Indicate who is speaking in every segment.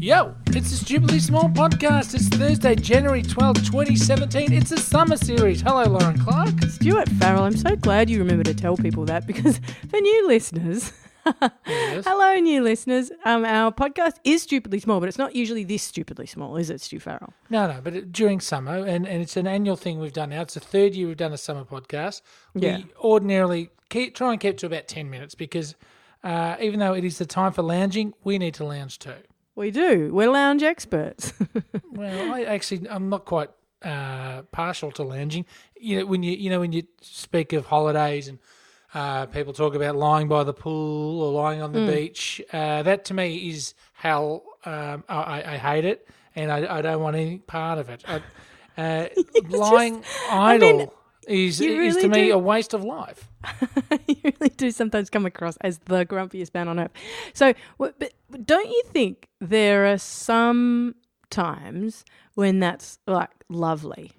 Speaker 1: Yo, it's the Stupidly Small Podcast. It's Thursday, January twelfth, 2017. It's a summer series. Hello, Lauren Clark.
Speaker 2: Stuart Farrell, I'm so glad you remember to tell people that because for new listeners, hello, new listeners. Um, our podcast is stupidly small, but it's not usually this stupidly small, is it, Stu Farrell?
Speaker 1: No, no, but it, during summer, and, and it's an annual thing we've done now. It's the third year we've done a summer podcast.
Speaker 2: Yeah.
Speaker 1: We ordinarily keep, try and keep to about 10 minutes because uh, even though it is the time for lounging, we need to lounge too.
Speaker 2: We do. We're lounge experts.
Speaker 1: Well, I actually I'm not quite uh, partial to lounging. You know when you you know when you speak of holidays and uh, people talk about lying by the pool or lying on the
Speaker 2: Hmm.
Speaker 1: beach. Uh, that to me is hell. Um, I, I- I hate it, and I, I don't want any part of it. I, uh, lying idle is
Speaker 2: you
Speaker 1: is to
Speaker 2: really
Speaker 1: me
Speaker 2: do-
Speaker 1: a waste of life.
Speaker 2: you really do sometimes come across as the grumpiest man on earth. So, wh- but don't you think there are some times when that's like lovely?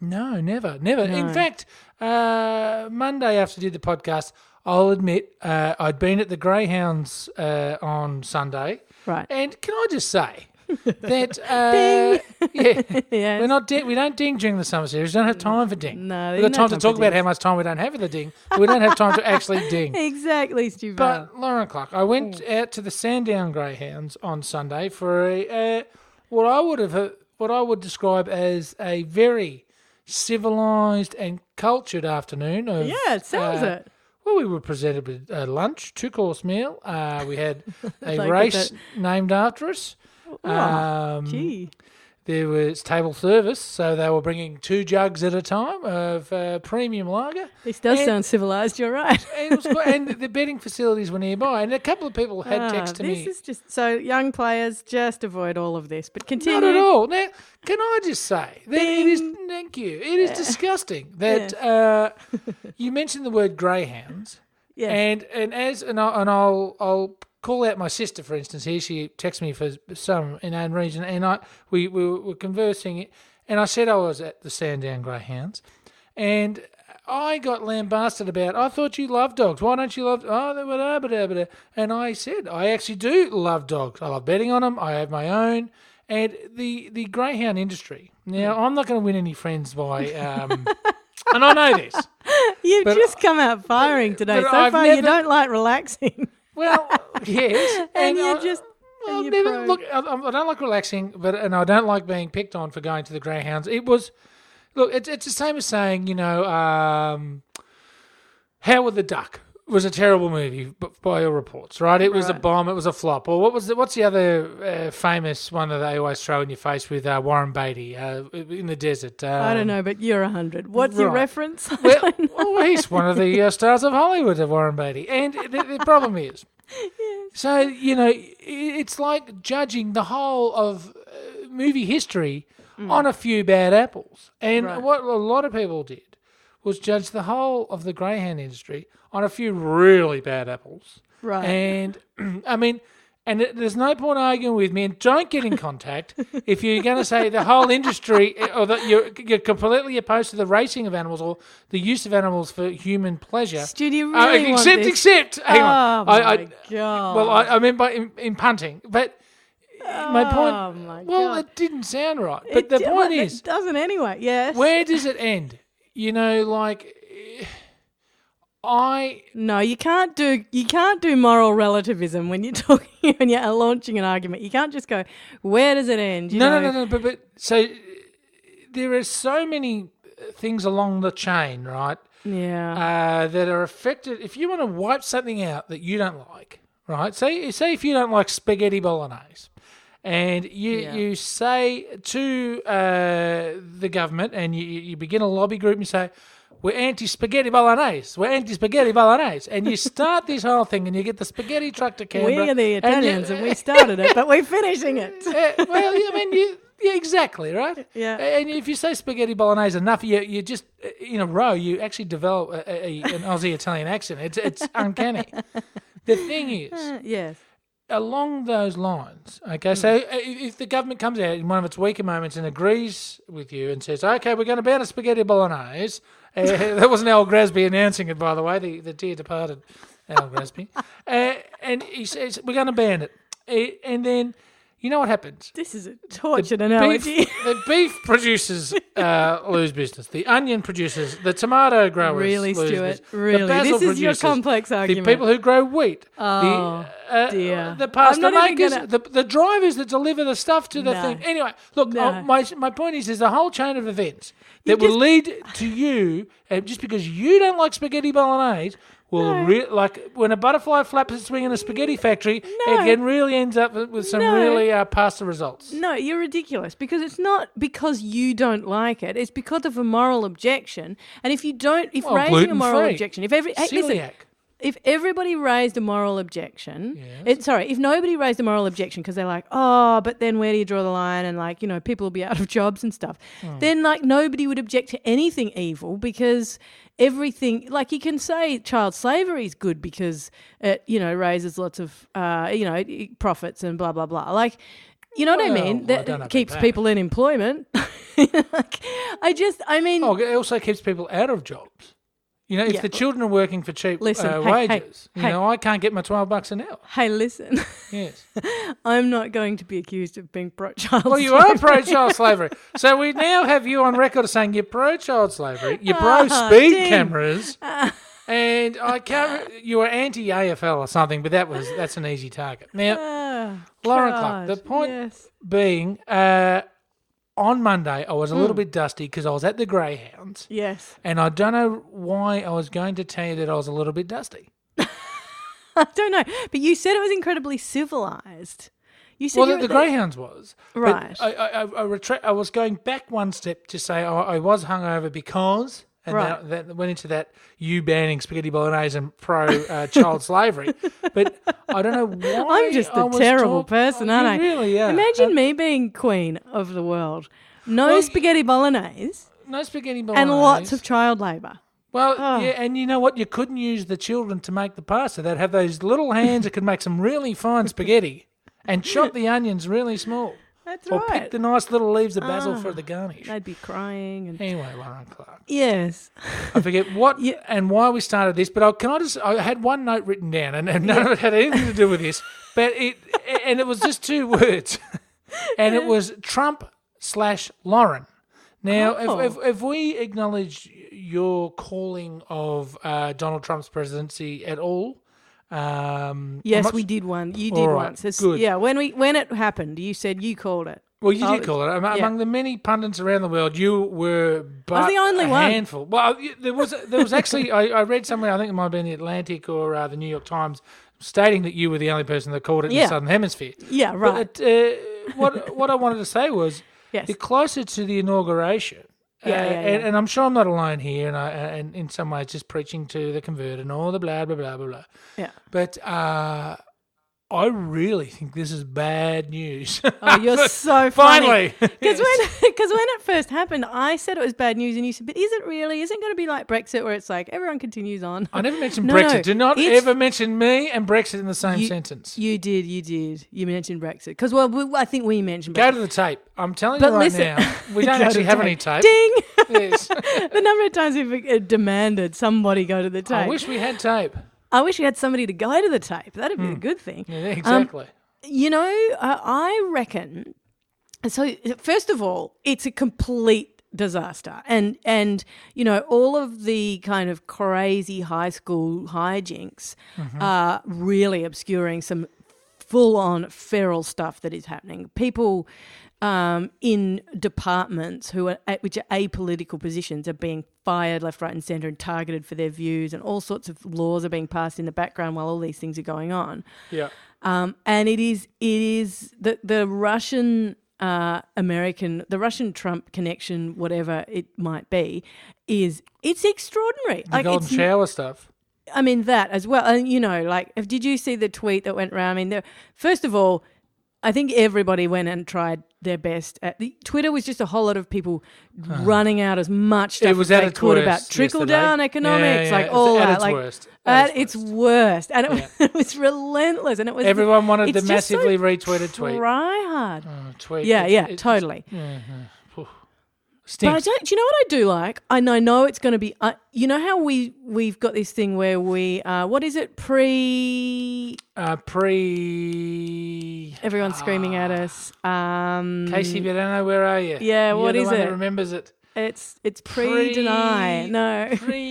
Speaker 1: No, never, never. In fact, uh, Monday after I did the podcast, I'll admit uh, I'd been at the Greyhounds uh, on Sunday.
Speaker 2: Right.
Speaker 1: And can I just say that uh, yeah,
Speaker 2: Yes.
Speaker 1: we're not ding, we don't ding during the summer series. We don't have time for ding.
Speaker 2: No,
Speaker 1: we've got
Speaker 2: no
Speaker 1: time to
Speaker 2: time for
Speaker 1: talk about
Speaker 2: dings.
Speaker 1: how much time we don't have for the ding. But we don't have time to actually ding.
Speaker 2: Exactly, Stu Farrell.
Speaker 1: But Lauren Clark, I went
Speaker 2: Mm.
Speaker 1: out to the Sandown Greyhounds on Sunday for a uh, what I would have what I would describe as a very civilized and cultured afternoon. Of,
Speaker 2: yeah, it sounds
Speaker 1: uh,
Speaker 2: it.
Speaker 1: Well, we were presented with a lunch, two course meal. Uh, we had a
Speaker 2: like Oh,
Speaker 1: race named after us.
Speaker 2: Uh,
Speaker 1: Um,
Speaker 2: Gee.
Speaker 1: there was table service, so they were bringing two jugs at a time of uh, premium lager.
Speaker 2: This does
Speaker 1: and-
Speaker 2: sound civilized, you're right.
Speaker 1: And, it was quite, and the betting facilities were nearby, and a couple of people had
Speaker 2: Ah,
Speaker 1: texted me.
Speaker 2: This is just so young players just avoid all of this, but continue.
Speaker 1: Not at all. Now, can I just say that it is? Thank you. It is disgusting that uh, you mentioned the word greyhounds,
Speaker 2: Yes.
Speaker 1: and and as and I'll, and I'll I'll call out my sister for instance here. She texted me for some inane reason, and I we, we were conversing, and I said I was at the Sandown Greyhounds, and. I got lambasted about. I thought you love dogs. Why don't you love? Oh, they were da, ba, da, ba, da." and I said I actually do love dogs. I love betting on them. I have my own, and the the greyhound industry.
Speaker 2: Hmm.
Speaker 1: Now I'm not going to win any friends by, um, and I know this.
Speaker 2: You've
Speaker 1: but-
Speaker 2: just come out firing today.
Speaker 1: but
Speaker 2: so
Speaker 1: I've
Speaker 2: far,
Speaker 1: never-
Speaker 2: you don't like relaxing.
Speaker 1: Well, yes,
Speaker 2: And you're
Speaker 1: I-
Speaker 2: just- and
Speaker 1: I've
Speaker 2: you're
Speaker 1: never-
Speaker 2: pro.
Speaker 1: look. I, I don't like relaxing, but and I don't like being picked on for going to the greyhounds. It was, look, it's it's the same as saying you know, um, Howard the Duck was a terrible movie b- by all reports, right? It was a
Speaker 2: Right.
Speaker 1: bomb. It was a flop. Or what was the, what's the other uh, famous one that they always throw in your face with uh, Warren Beatty uh, in the desert? Um,
Speaker 2: I don't know, but you're 100. What's your
Speaker 1: right.
Speaker 2: reference?
Speaker 1: Well, well, he's one of the uh, stars of Hollywood, of Warren Beatty. And the, the problem is, so you know, i- it's like judging the whole of uh, movie history on a few bad apples. And
Speaker 2: Right.
Speaker 1: what a lot of people did was judge the whole of the greyhound industry on a few really bad apples.
Speaker 2: Right.
Speaker 1: And I mean. And it- there's no point arguing with me. And don't get in contact if you're going to say the whole industry, eh, or that you're, you're completely opposed to the racing of animals or the use of animals for human pleasure.
Speaker 2: Stu, do you
Speaker 1: Uh,
Speaker 2: really want
Speaker 1: except,
Speaker 2: this?
Speaker 1: except, hang on.
Speaker 2: Oh
Speaker 1: I, I,
Speaker 2: my God.
Speaker 1: Well, I, I mean by in, in punting, but my point.
Speaker 2: Oh my
Speaker 1: well,
Speaker 2: God.
Speaker 1: it didn't sound right. But
Speaker 2: It
Speaker 1: the
Speaker 2: d-
Speaker 1: point
Speaker 2: well,
Speaker 1: is,
Speaker 2: It doesn't anyway, yes.
Speaker 1: where does it end? You know, like eh, I
Speaker 2: No, you can't do you can't do moral relativism when you're talking when you're launching an argument. You can't just go, where does it end? You
Speaker 1: no, no,
Speaker 2: know?
Speaker 1: no, no. But but so uh, there are so many uh, things along the chain, right?
Speaker 2: Yeah.
Speaker 1: uh, that are affected. If you want to wipe something out that you don't like, right? Say, say if you don't like spaghetti bolognese, and you
Speaker 2: Yeah.
Speaker 1: you say to uh, the government, and you, you you begin a lobby group, and you say. We're anti spaghetti bolognese. We're anti spaghetti bolognese, and you start this whole thing, and you get the spaghetti truck to Canberra.
Speaker 2: we are the
Speaker 1: and you-
Speaker 2: Italians and we started it, but we're finishing it.
Speaker 1: uh, well, I mean, you, yeah, exactly, right?
Speaker 2: Yeah.
Speaker 1: And if you say spaghetti bolognese enough, you you just uh, in a row, you actually develop a, a, an Aussie Italian accent. It's it's uncanny. the thing is,
Speaker 2: yes.
Speaker 1: along those lines, okay. So uh, if if the government comes out in one of its weaker moments and agrees with you and says, "Okay, we're going to ban a spaghetti bolognese," uh, that wasn't Al Grasby announcing it, by the way. The the dear departed Al Grasby, uh, and he says, "We're going to ban it," Uh, and then You know what happens?
Speaker 2: This is a tortured
Speaker 1: Beef,
Speaker 2: analogy.
Speaker 1: the beef producers uh, lose business. The onion producers, the tomato growers
Speaker 2: really,
Speaker 1: lose
Speaker 2: Stuart.
Speaker 1: business. The
Speaker 2: Really,
Speaker 1: basil
Speaker 2: this is your
Speaker 1: producers,
Speaker 2: complex
Speaker 1: The
Speaker 2: argument.
Speaker 1: people who grow wheat,
Speaker 2: Oh,
Speaker 1: the uh,
Speaker 2: dear.
Speaker 1: the pasta
Speaker 2: I'm not even
Speaker 1: makers,
Speaker 2: gonna-
Speaker 1: the, the drivers that deliver the stuff to the
Speaker 2: No.
Speaker 1: thing. Anyway, look,
Speaker 2: No.
Speaker 1: uh, my my point is, there's a whole chain of events
Speaker 2: You
Speaker 1: that will
Speaker 2: just-
Speaker 1: lead to you, uh, just because you don't like spaghetti bolognese. Will
Speaker 2: No.
Speaker 1: re- like when a butterfly flaps its wing in a spaghetti factory,
Speaker 2: No.
Speaker 1: it can really ends up with some
Speaker 2: No.
Speaker 1: really uh, pasta results.
Speaker 2: No, you're ridiculous because it's not because you don't like it. It's because of a moral objection. And if you don't, if
Speaker 1: Well,
Speaker 2: raising a moral
Speaker 1: gluten-free.
Speaker 2: objection, if every hey, listen,
Speaker 1: Celiac.
Speaker 2: if everybody raised a moral objection, it, sorry, if nobody raised a moral objection because they're like, oh, but then where do you draw the line? And like, you know, people will be out of jobs and stuff.
Speaker 1: Hmm.
Speaker 2: Then like nobody would object to anything evil because everything, like you can say child slavery is good because it, you know, raises lots of, uh, you know, i- profits and blah, blah, blah. Like, you know what I
Speaker 1: Well,
Speaker 2: mean?
Speaker 1: well, I don't
Speaker 2: That
Speaker 1: know about
Speaker 2: keeps
Speaker 1: that.
Speaker 2: people in employment. Like, I just, I mean,
Speaker 1: Oh, it also keeps people out of jobs. You know, if
Speaker 2: Yeah.
Speaker 1: the children are working for cheap
Speaker 2: Listen,
Speaker 1: uh,
Speaker 2: hey, hey,
Speaker 1: wages, you
Speaker 2: hey.
Speaker 1: know, I can't get my twelve bucks an hour.
Speaker 2: hey, listen,
Speaker 1: Yes.
Speaker 2: I'm not going to be accused of being pro child.
Speaker 1: Well, you are pro child slavery, so we now have you on record as saying you're pro child slavery, you're pro
Speaker 2: Ah,
Speaker 1: speed
Speaker 2: ding. Ah.
Speaker 1: cameras, and I can't. re- You were anti AFL or something, but that was that's an easy target. Now,
Speaker 2: Ah,
Speaker 1: Lauren Clark,
Speaker 2: God,
Speaker 1: the point
Speaker 2: yes.
Speaker 1: being, uh, on Monday I was a
Speaker 2: Hmm.
Speaker 1: little bit dusty because I was at the Greyhounds.
Speaker 2: Yes.
Speaker 1: And I don't know why I was going to tell you that I was a little bit dusty.
Speaker 2: I don't know. But you said it was incredibly civilized. You said
Speaker 1: well,
Speaker 2: you
Speaker 1: the,
Speaker 2: were
Speaker 1: the
Speaker 2: at
Speaker 1: Greyhounds was. But
Speaker 2: Right.
Speaker 1: I, I, I, I, retra- I was going back one step to say I, I was hungover because. And
Speaker 2: Right.
Speaker 1: that, that went into that you banning spaghetti bolognese and pro uh, child slavery. But I don't know why.
Speaker 2: I'm just
Speaker 1: I
Speaker 2: a
Speaker 1: was
Speaker 2: terrible
Speaker 1: talk-
Speaker 2: person,
Speaker 1: Oh,
Speaker 2: aren't
Speaker 1: you
Speaker 2: I?
Speaker 1: Really, yeah.
Speaker 2: Imagine me being queen of the world. No
Speaker 1: Well,
Speaker 2: spaghetti bolognese
Speaker 1: no spaghetti
Speaker 2: and
Speaker 1: bolognese.
Speaker 2: lots of child labour.
Speaker 1: Well,
Speaker 2: Oh.
Speaker 1: yeah, and you know what? You couldn't use the children to make the pasta. They'd have those little hands that could make some really fine spaghetti and chop the onions really small.
Speaker 2: That's
Speaker 1: Or
Speaker 2: right. Ah.
Speaker 1: pick the nice little leaves of basil for the garnish.
Speaker 2: They'd be crying and
Speaker 1: Anyway, Lauren Clark.
Speaker 2: yes.
Speaker 1: I forget what
Speaker 2: Yeah.
Speaker 1: and why we started this, but I can I just I had one note written down and, and none of it had anything to do with this. But it and it was just two words. And it was Trump slash Lauren. Now,
Speaker 2: Oh.
Speaker 1: if, if if we acknowledge your calling of uh, Donald Trump's presidency at all, um, I'm
Speaker 2: Yes,
Speaker 1: not
Speaker 2: we did one. You did
Speaker 1: All right,
Speaker 2: once. It's-
Speaker 1: good.
Speaker 2: Yeah, when we when it happened, you said you called it.
Speaker 1: Well, you
Speaker 2: I
Speaker 1: did
Speaker 2: was-
Speaker 1: call it. Am- Among the many pundits around the world, you were but
Speaker 2: the only
Speaker 1: a
Speaker 2: one.
Speaker 1: handful. Well, y- there was there was actually I, I read somewhere I think it might have been the Atlantic or uh, the New York Times stating that you were the only person that called it in
Speaker 2: Yeah.
Speaker 1: the Southern Hemisphere.
Speaker 2: Yeah, right.
Speaker 1: But it, uh, what what I wanted to say was
Speaker 2: Yes.
Speaker 1: you're closer to the inauguration.
Speaker 2: Yeah,
Speaker 1: uh,
Speaker 2: yeah, yeah.
Speaker 1: And, and I'm sure I'm not alone here, and I, and in some ways just preaching to the converted and all the blah blah blah blah blah.
Speaker 2: Yeah.
Speaker 1: But uh, I really think this is bad news.
Speaker 2: Oh, you're so funny.
Speaker 1: Finally,
Speaker 2: Because when, cause when it first happened, I said it was bad news, and you said, "But is it really? Isn't going to be like Brexit, where it's like everyone continues on?"
Speaker 1: I never mentioned
Speaker 2: No,
Speaker 1: Brexit.
Speaker 2: no,
Speaker 1: Do not
Speaker 2: it's-
Speaker 1: ever mention me and Brexit in the same
Speaker 2: You-
Speaker 1: sentence.
Speaker 2: You did, you did. You mentioned Brexit because well, we, I think we mentioned.
Speaker 1: Go
Speaker 2: Brexit.
Speaker 1: to the tape. I'm telling
Speaker 2: But
Speaker 1: you right
Speaker 2: listen-
Speaker 1: now, we don't
Speaker 2: Go
Speaker 1: actually
Speaker 2: to
Speaker 1: have
Speaker 2: tape.
Speaker 1: any tape.
Speaker 2: Ding!
Speaker 1: Yes.
Speaker 2: the number of times we've uh, demanded somebody go to the tape.
Speaker 1: I wish we had tape.
Speaker 2: I wish you had somebody to go to the tape. That'd be
Speaker 1: Hmm.
Speaker 2: a good thing.
Speaker 1: Yeah, exactly.
Speaker 2: You know, uh, I reckon. So first of all, it's a complete disaster, and and you know all of the kind of crazy high school hijinks are really obscuring some full on feral stuff that is happening. People um, in departments who are which are apolitical positions are being fired left, right, and centre and targeted for their views, and all sorts of laws are being passed in the background while all these things are going on.
Speaker 1: yeah.
Speaker 2: Um, and it is it is the the Russian uh, American the Russian Trump connection, whatever it might be, is it's extraordinary.
Speaker 1: The golden
Speaker 2: it's,
Speaker 1: shower stuff.
Speaker 2: I mean that as well. And you know, like, if- did you see the tweet that went around? I mean, there, first of all, I think everybody went and tried their best. At the, Twitter was just a whole lot of people running out as much stuff
Speaker 1: It was
Speaker 2: as
Speaker 1: at
Speaker 2: they
Speaker 1: its
Speaker 2: could
Speaker 1: worst
Speaker 2: about trickle down
Speaker 1: yesterday.
Speaker 2: economics,
Speaker 1: Yeah, yeah,
Speaker 2: like
Speaker 1: it's
Speaker 2: all
Speaker 1: at
Speaker 2: that,
Speaker 1: its
Speaker 2: like
Speaker 1: worst. At
Speaker 2: at
Speaker 1: its
Speaker 2: its worst, and it, was, it was relentless, and it was
Speaker 1: Everyone wanted the
Speaker 2: it's just so
Speaker 1: massively retweeted tweet.
Speaker 2: Try hard.
Speaker 1: Oh, tweet.
Speaker 2: Yeah,
Speaker 1: It's-
Speaker 2: yeah,
Speaker 1: it's-
Speaker 2: totally.
Speaker 1: yeah, yeah. Phew.
Speaker 2: But I
Speaker 1: Stinks.
Speaker 2: don't. Do you know what I do like? And I know it's going to be. Uh, you know how we we've got this thing where we uh, what is it pre?
Speaker 1: Uh, pre.
Speaker 2: Everyone's screaming at us. Um,
Speaker 1: Casey Vedano, where are you?
Speaker 2: Yeah,
Speaker 1: You're
Speaker 2: what
Speaker 1: the
Speaker 2: is
Speaker 1: one
Speaker 2: it?
Speaker 1: That remembers it.
Speaker 2: it's it's pre deny.
Speaker 1: Pre-
Speaker 2: No.
Speaker 1: Pre.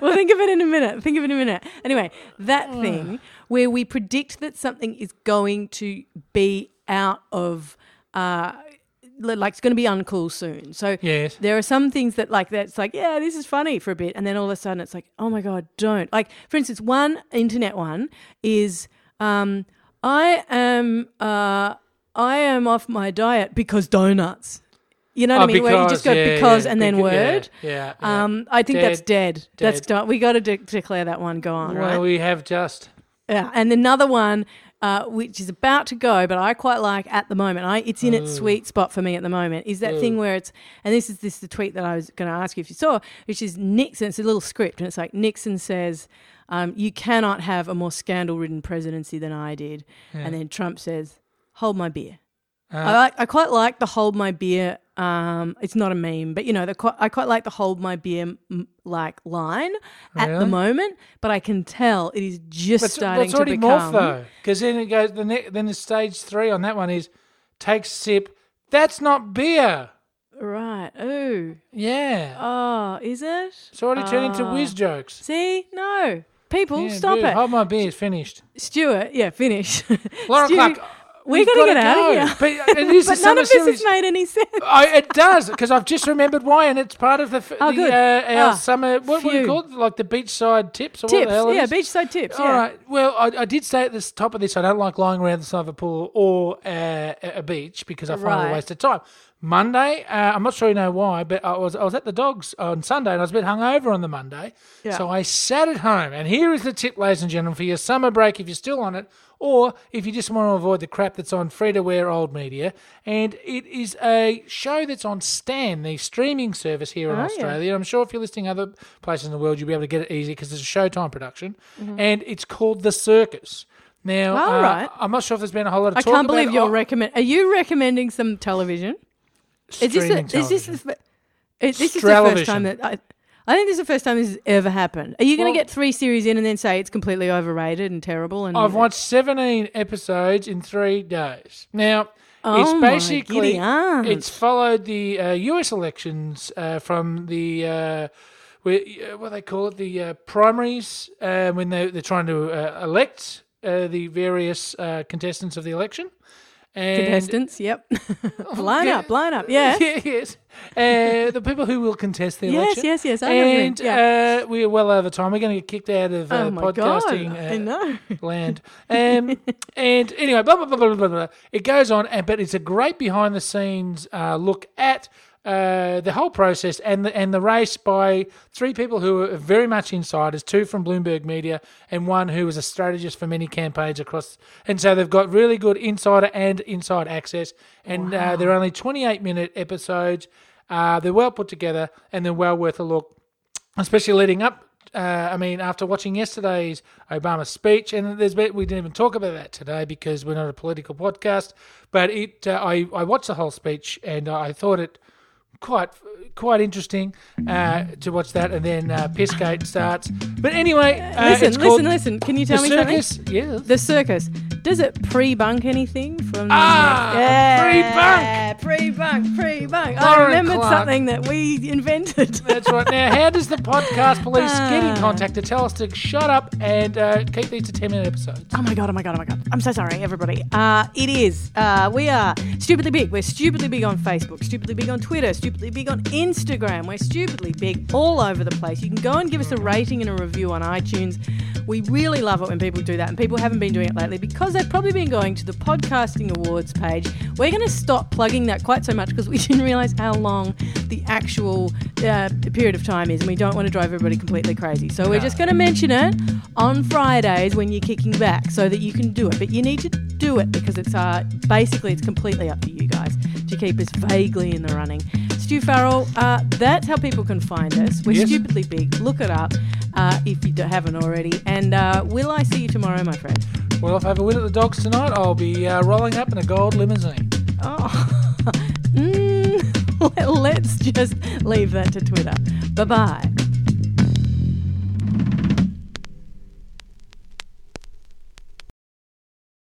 Speaker 2: we'll think of it in a minute. Think of it in a minute. Anyway, that
Speaker 1: Ah.
Speaker 2: thing where we predict that something is going to be out of, uh, li- like it's going to be uncool soon. So
Speaker 1: Yes.
Speaker 2: there are some things that like that's like yeah, this is funny for a bit, and then all of a sudden it's like oh my god, don't like. For instance, one internet one is um, I am uh, I am off my diet because donuts. You know what
Speaker 1: Oh,
Speaker 2: I mean? Where you just go
Speaker 1: yeah,
Speaker 2: because
Speaker 1: yeah,
Speaker 2: and then
Speaker 1: beca- yeah,
Speaker 2: word.
Speaker 1: Yeah. yeah.
Speaker 2: Um, I think that's dead. That's
Speaker 1: Dead.
Speaker 2: done. We got to de- declare that one gone,
Speaker 1: well,
Speaker 2: right?
Speaker 1: we have just.
Speaker 2: yeah. And another one, uh, which is about to go, but I quite like at the moment. I it's in its sweet spot for me at the moment. Is that thing where it's and this is this is the tweet that I was going to ask you if you saw, which is Nixon. It's a little script, and it's like Nixon says. Um, you cannot have a more scandal-ridden presidency than I did, and then Trump says, "Hold my beer."
Speaker 1: Uh,
Speaker 2: I like. I quite like the hold my beer. Um, it's not a meme, but you know, the qui- I quite like the hold my beer m- like line at the
Speaker 1: Really?
Speaker 2: moment. But I can tell it is just
Speaker 1: That's,
Speaker 2: starting
Speaker 1: that's already
Speaker 2: to
Speaker 1: morph
Speaker 2: become.
Speaker 1: though, because then it goes. The ne- then the stage three on that one is take sip. That's not beer.
Speaker 2: Right. Ooh.
Speaker 1: Yeah.
Speaker 2: Oh, is it?
Speaker 1: it's already turned into whiz jokes.
Speaker 2: See, no. People,
Speaker 1: Yeah,
Speaker 2: Uh, stop
Speaker 1: boo,
Speaker 2: it.
Speaker 1: Hold my beer. It's finished.
Speaker 2: Stuart, yeah, finish.
Speaker 1: Lauren
Speaker 2: Stu,
Speaker 1: Clark.
Speaker 2: we're
Speaker 1: we've
Speaker 2: going to
Speaker 1: gotta
Speaker 2: get out of
Speaker 1: go.
Speaker 2: here.
Speaker 1: But, uh, and this
Speaker 2: But
Speaker 1: is Oh,
Speaker 2: none
Speaker 1: some
Speaker 2: of this has
Speaker 1: series-
Speaker 2: made any sense.
Speaker 1: I, it does because I've just remembered why, and it's part of the, f
Speaker 2: Oh,
Speaker 1: the
Speaker 2: good.
Speaker 1: uh, our
Speaker 2: Ah,
Speaker 1: summer. What were you
Speaker 2: phew.
Speaker 1: called? Like the beachside tips or what
Speaker 2: Tips,
Speaker 1: the hell it
Speaker 2: yeah,
Speaker 1: is?
Speaker 2: beachside tips.
Speaker 1: All
Speaker 2: yeah.
Speaker 1: right. Well, I, I did say at the top of this, I don't like lying around the side of a pool or uh, a a beach because I find it
Speaker 2: Right.
Speaker 1: a waste of time. Monday, uh, I'm not sure you know why, but I was I was at the dogs on Sunday and I was a bit hungover on the Monday,
Speaker 2: Yeah.
Speaker 1: so I sat at home. And here is the tip, ladies and gentlemen, for your summer break if you're still on it, or if you just want to avoid the crap that's on free to wear old media. And it is a show that's on Stan, the streaming service here in
Speaker 2: Oh, yeah.
Speaker 1: Australia. Australia. I'm sure if you're listening other places in the world, you'll be able to get it easy because it's a Showtime production, and it's called The Circus. Now,
Speaker 2: Mm-hmm. All
Speaker 1: uh,
Speaker 2: right.
Speaker 1: I'm not sure if there's been a whole lot of
Speaker 2: I
Speaker 1: talk
Speaker 2: can't
Speaker 1: about
Speaker 2: believe
Speaker 1: it Oh.
Speaker 2: you're
Speaker 1: on
Speaker 2: recommend. Are you recommending some television? Is this,
Speaker 1: streaming
Speaker 2: the, is this the,
Speaker 1: television.
Speaker 2: fir- is, this is the first
Speaker 1: Stralavision.
Speaker 2: time that I, I think this is the first time this has ever happened. Are you going
Speaker 1: Well-
Speaker 2: to get three series in and then say it's completely overrated and terrible? And
Speaker 1: I've watched 17 episodes in three days. Now,
Speaker 2: Oh,
Speaker 1: it's
Speaker 2: my
Speaker 1: basically
Speaker 2: giddy aunt.
Speaker 1: it's followed the uh, U.S. elections uh, from the uh, where, uh, what they call it the uh, primaries uh, when they they're trying to uh, elect uh, the various uh, contestants of the election. And
Speaker 2: contestants, yep, line
Speaker 1: Yeah.
Speaker 2: up, line up, yeah.
Speaker 1: yes. Uh, the people who will contest the
Speaker 2: Yes,
Speaker 1: election.
Speaker 2: yes, yes, I know what you mean,
Speaker 1: And uh, we're well over time. We're going to get kicked out of uh,
Speaker 2: Oh my
Speaker 1: podcasting
Speaker 2: god,
Speaker 1: uh,
Speaker 2: I know.
Speaker 1: land. Um, and anyway, blah, blah, blah, blah, blah, blah. It goes on, and, but it's a great behind the scenes uh, look at uh, the whole process and the, and the race by three people who are very much insiders two from Bloomberg Media and one who was a strategist for many campaigns across. And so they've got really good insider and inside access, and uh, they're only 28 minute episodes. Uh, they're well put together and they're well worth a look especially leading up. Uh, I mean, after watching yesterday's Obama speech, and there's been, we didn't even talk about that today because we're not a political podcast. But it, uh, I, I watched the whole speech and I thought it quite quite interesting uh, to watch that, and then uh, Pissgate starts. But anyway, uh,
Speaker 2: listen,
Speaker 1: it's
Speaker 2: listen,
Speaker 1: called
Speaker 2: listen. Can you tell
Speaker 1: the
Speaker 2: me
Speaker 1: circus.
Speaker 2: something?
Speaker 1: Yes.
Speaker 2: The circus. Does it pre-bunk anything from? the-
Speaker 1: Ah,
Speaker 2: yeah, pre-bunk, pre-bunk, pre-bunk. I
Speaker 1: Lauren
Speaker 2: remembered
Speaker 1: Clark.
Speaker 2: something that we invented.
Speaker 1: That's right. Now, how does the podcast police get in
Speaker 2: Ah.
Speaker 1: contact to tell us to shut up and uh, keep these to ten minute episodes?
Speaker 2: Oh my god, oh my god, oh my god. I'm so sorry, everybody. Uh, it is. Uh, we are stupidly big. We're stupidly big on Facebook, stupidly big on Twitter, stupidly big on Instagram. We're stupidly big all over the place. You can go and give us a rating and a review on iTunes. We really love it when people do that, and people haven't been doing it lately because they've probably been going to the Podcasting Awards page. We're going to stop plugging that quite so much because we didn't realize how long the actual uh, period of time is, and we don't want to drive everybody completely crazy. So we're just going to mention it on Fridays when you're kicking back, so that you can do it. But you need to do it because it's uh, basically it's completely up to you guys to keep us vaguely in the running. Stu Farrell, uh, that's how people can find us. We're
Speaker 1: Yes.
Speaker 2: stupidly big. Look it up uh, if you d- haven't already. And uh, will I see you tomorrow, my friend?
Speaker 1: Well, if I have a win at the dogs tonight, I'll be uh, rolling up in a gold limousine.
Speaker 2: Oh. mm. Let's just leave that to Twitter. Bye bye.